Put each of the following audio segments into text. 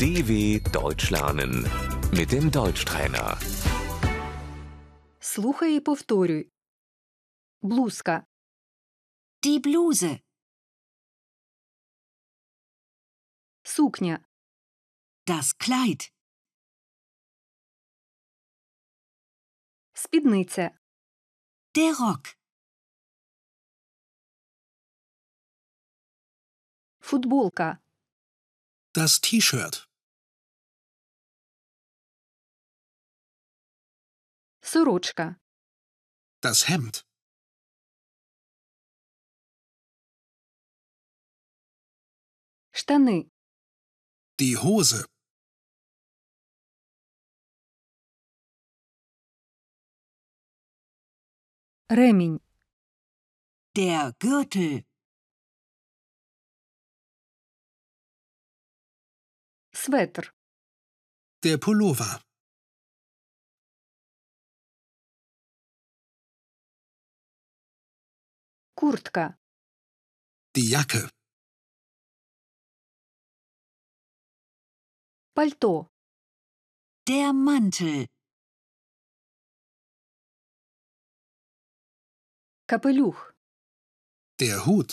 DW Deutsch lernen mit dem Deutschtrainer. Слухай і повторюй. Блузка, Die Bluse, сукня, das Kleid, спідниця, der Rock, футболка, Das T-Shirt, сорочка, das Hemd, штани, die Hose, ремінь, der Gürtel, светр, der Pullover, куртка, die Jacke, пальто, der Mantel, капелюх, der Hut,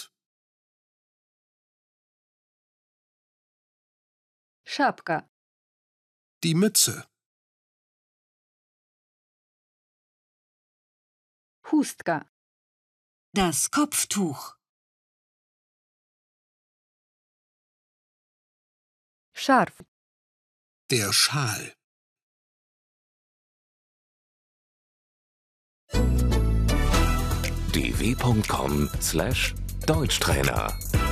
шапка, die Mütze, хустка, das Kopftuch, шарф, der Schal. dw.com/deutschtrainer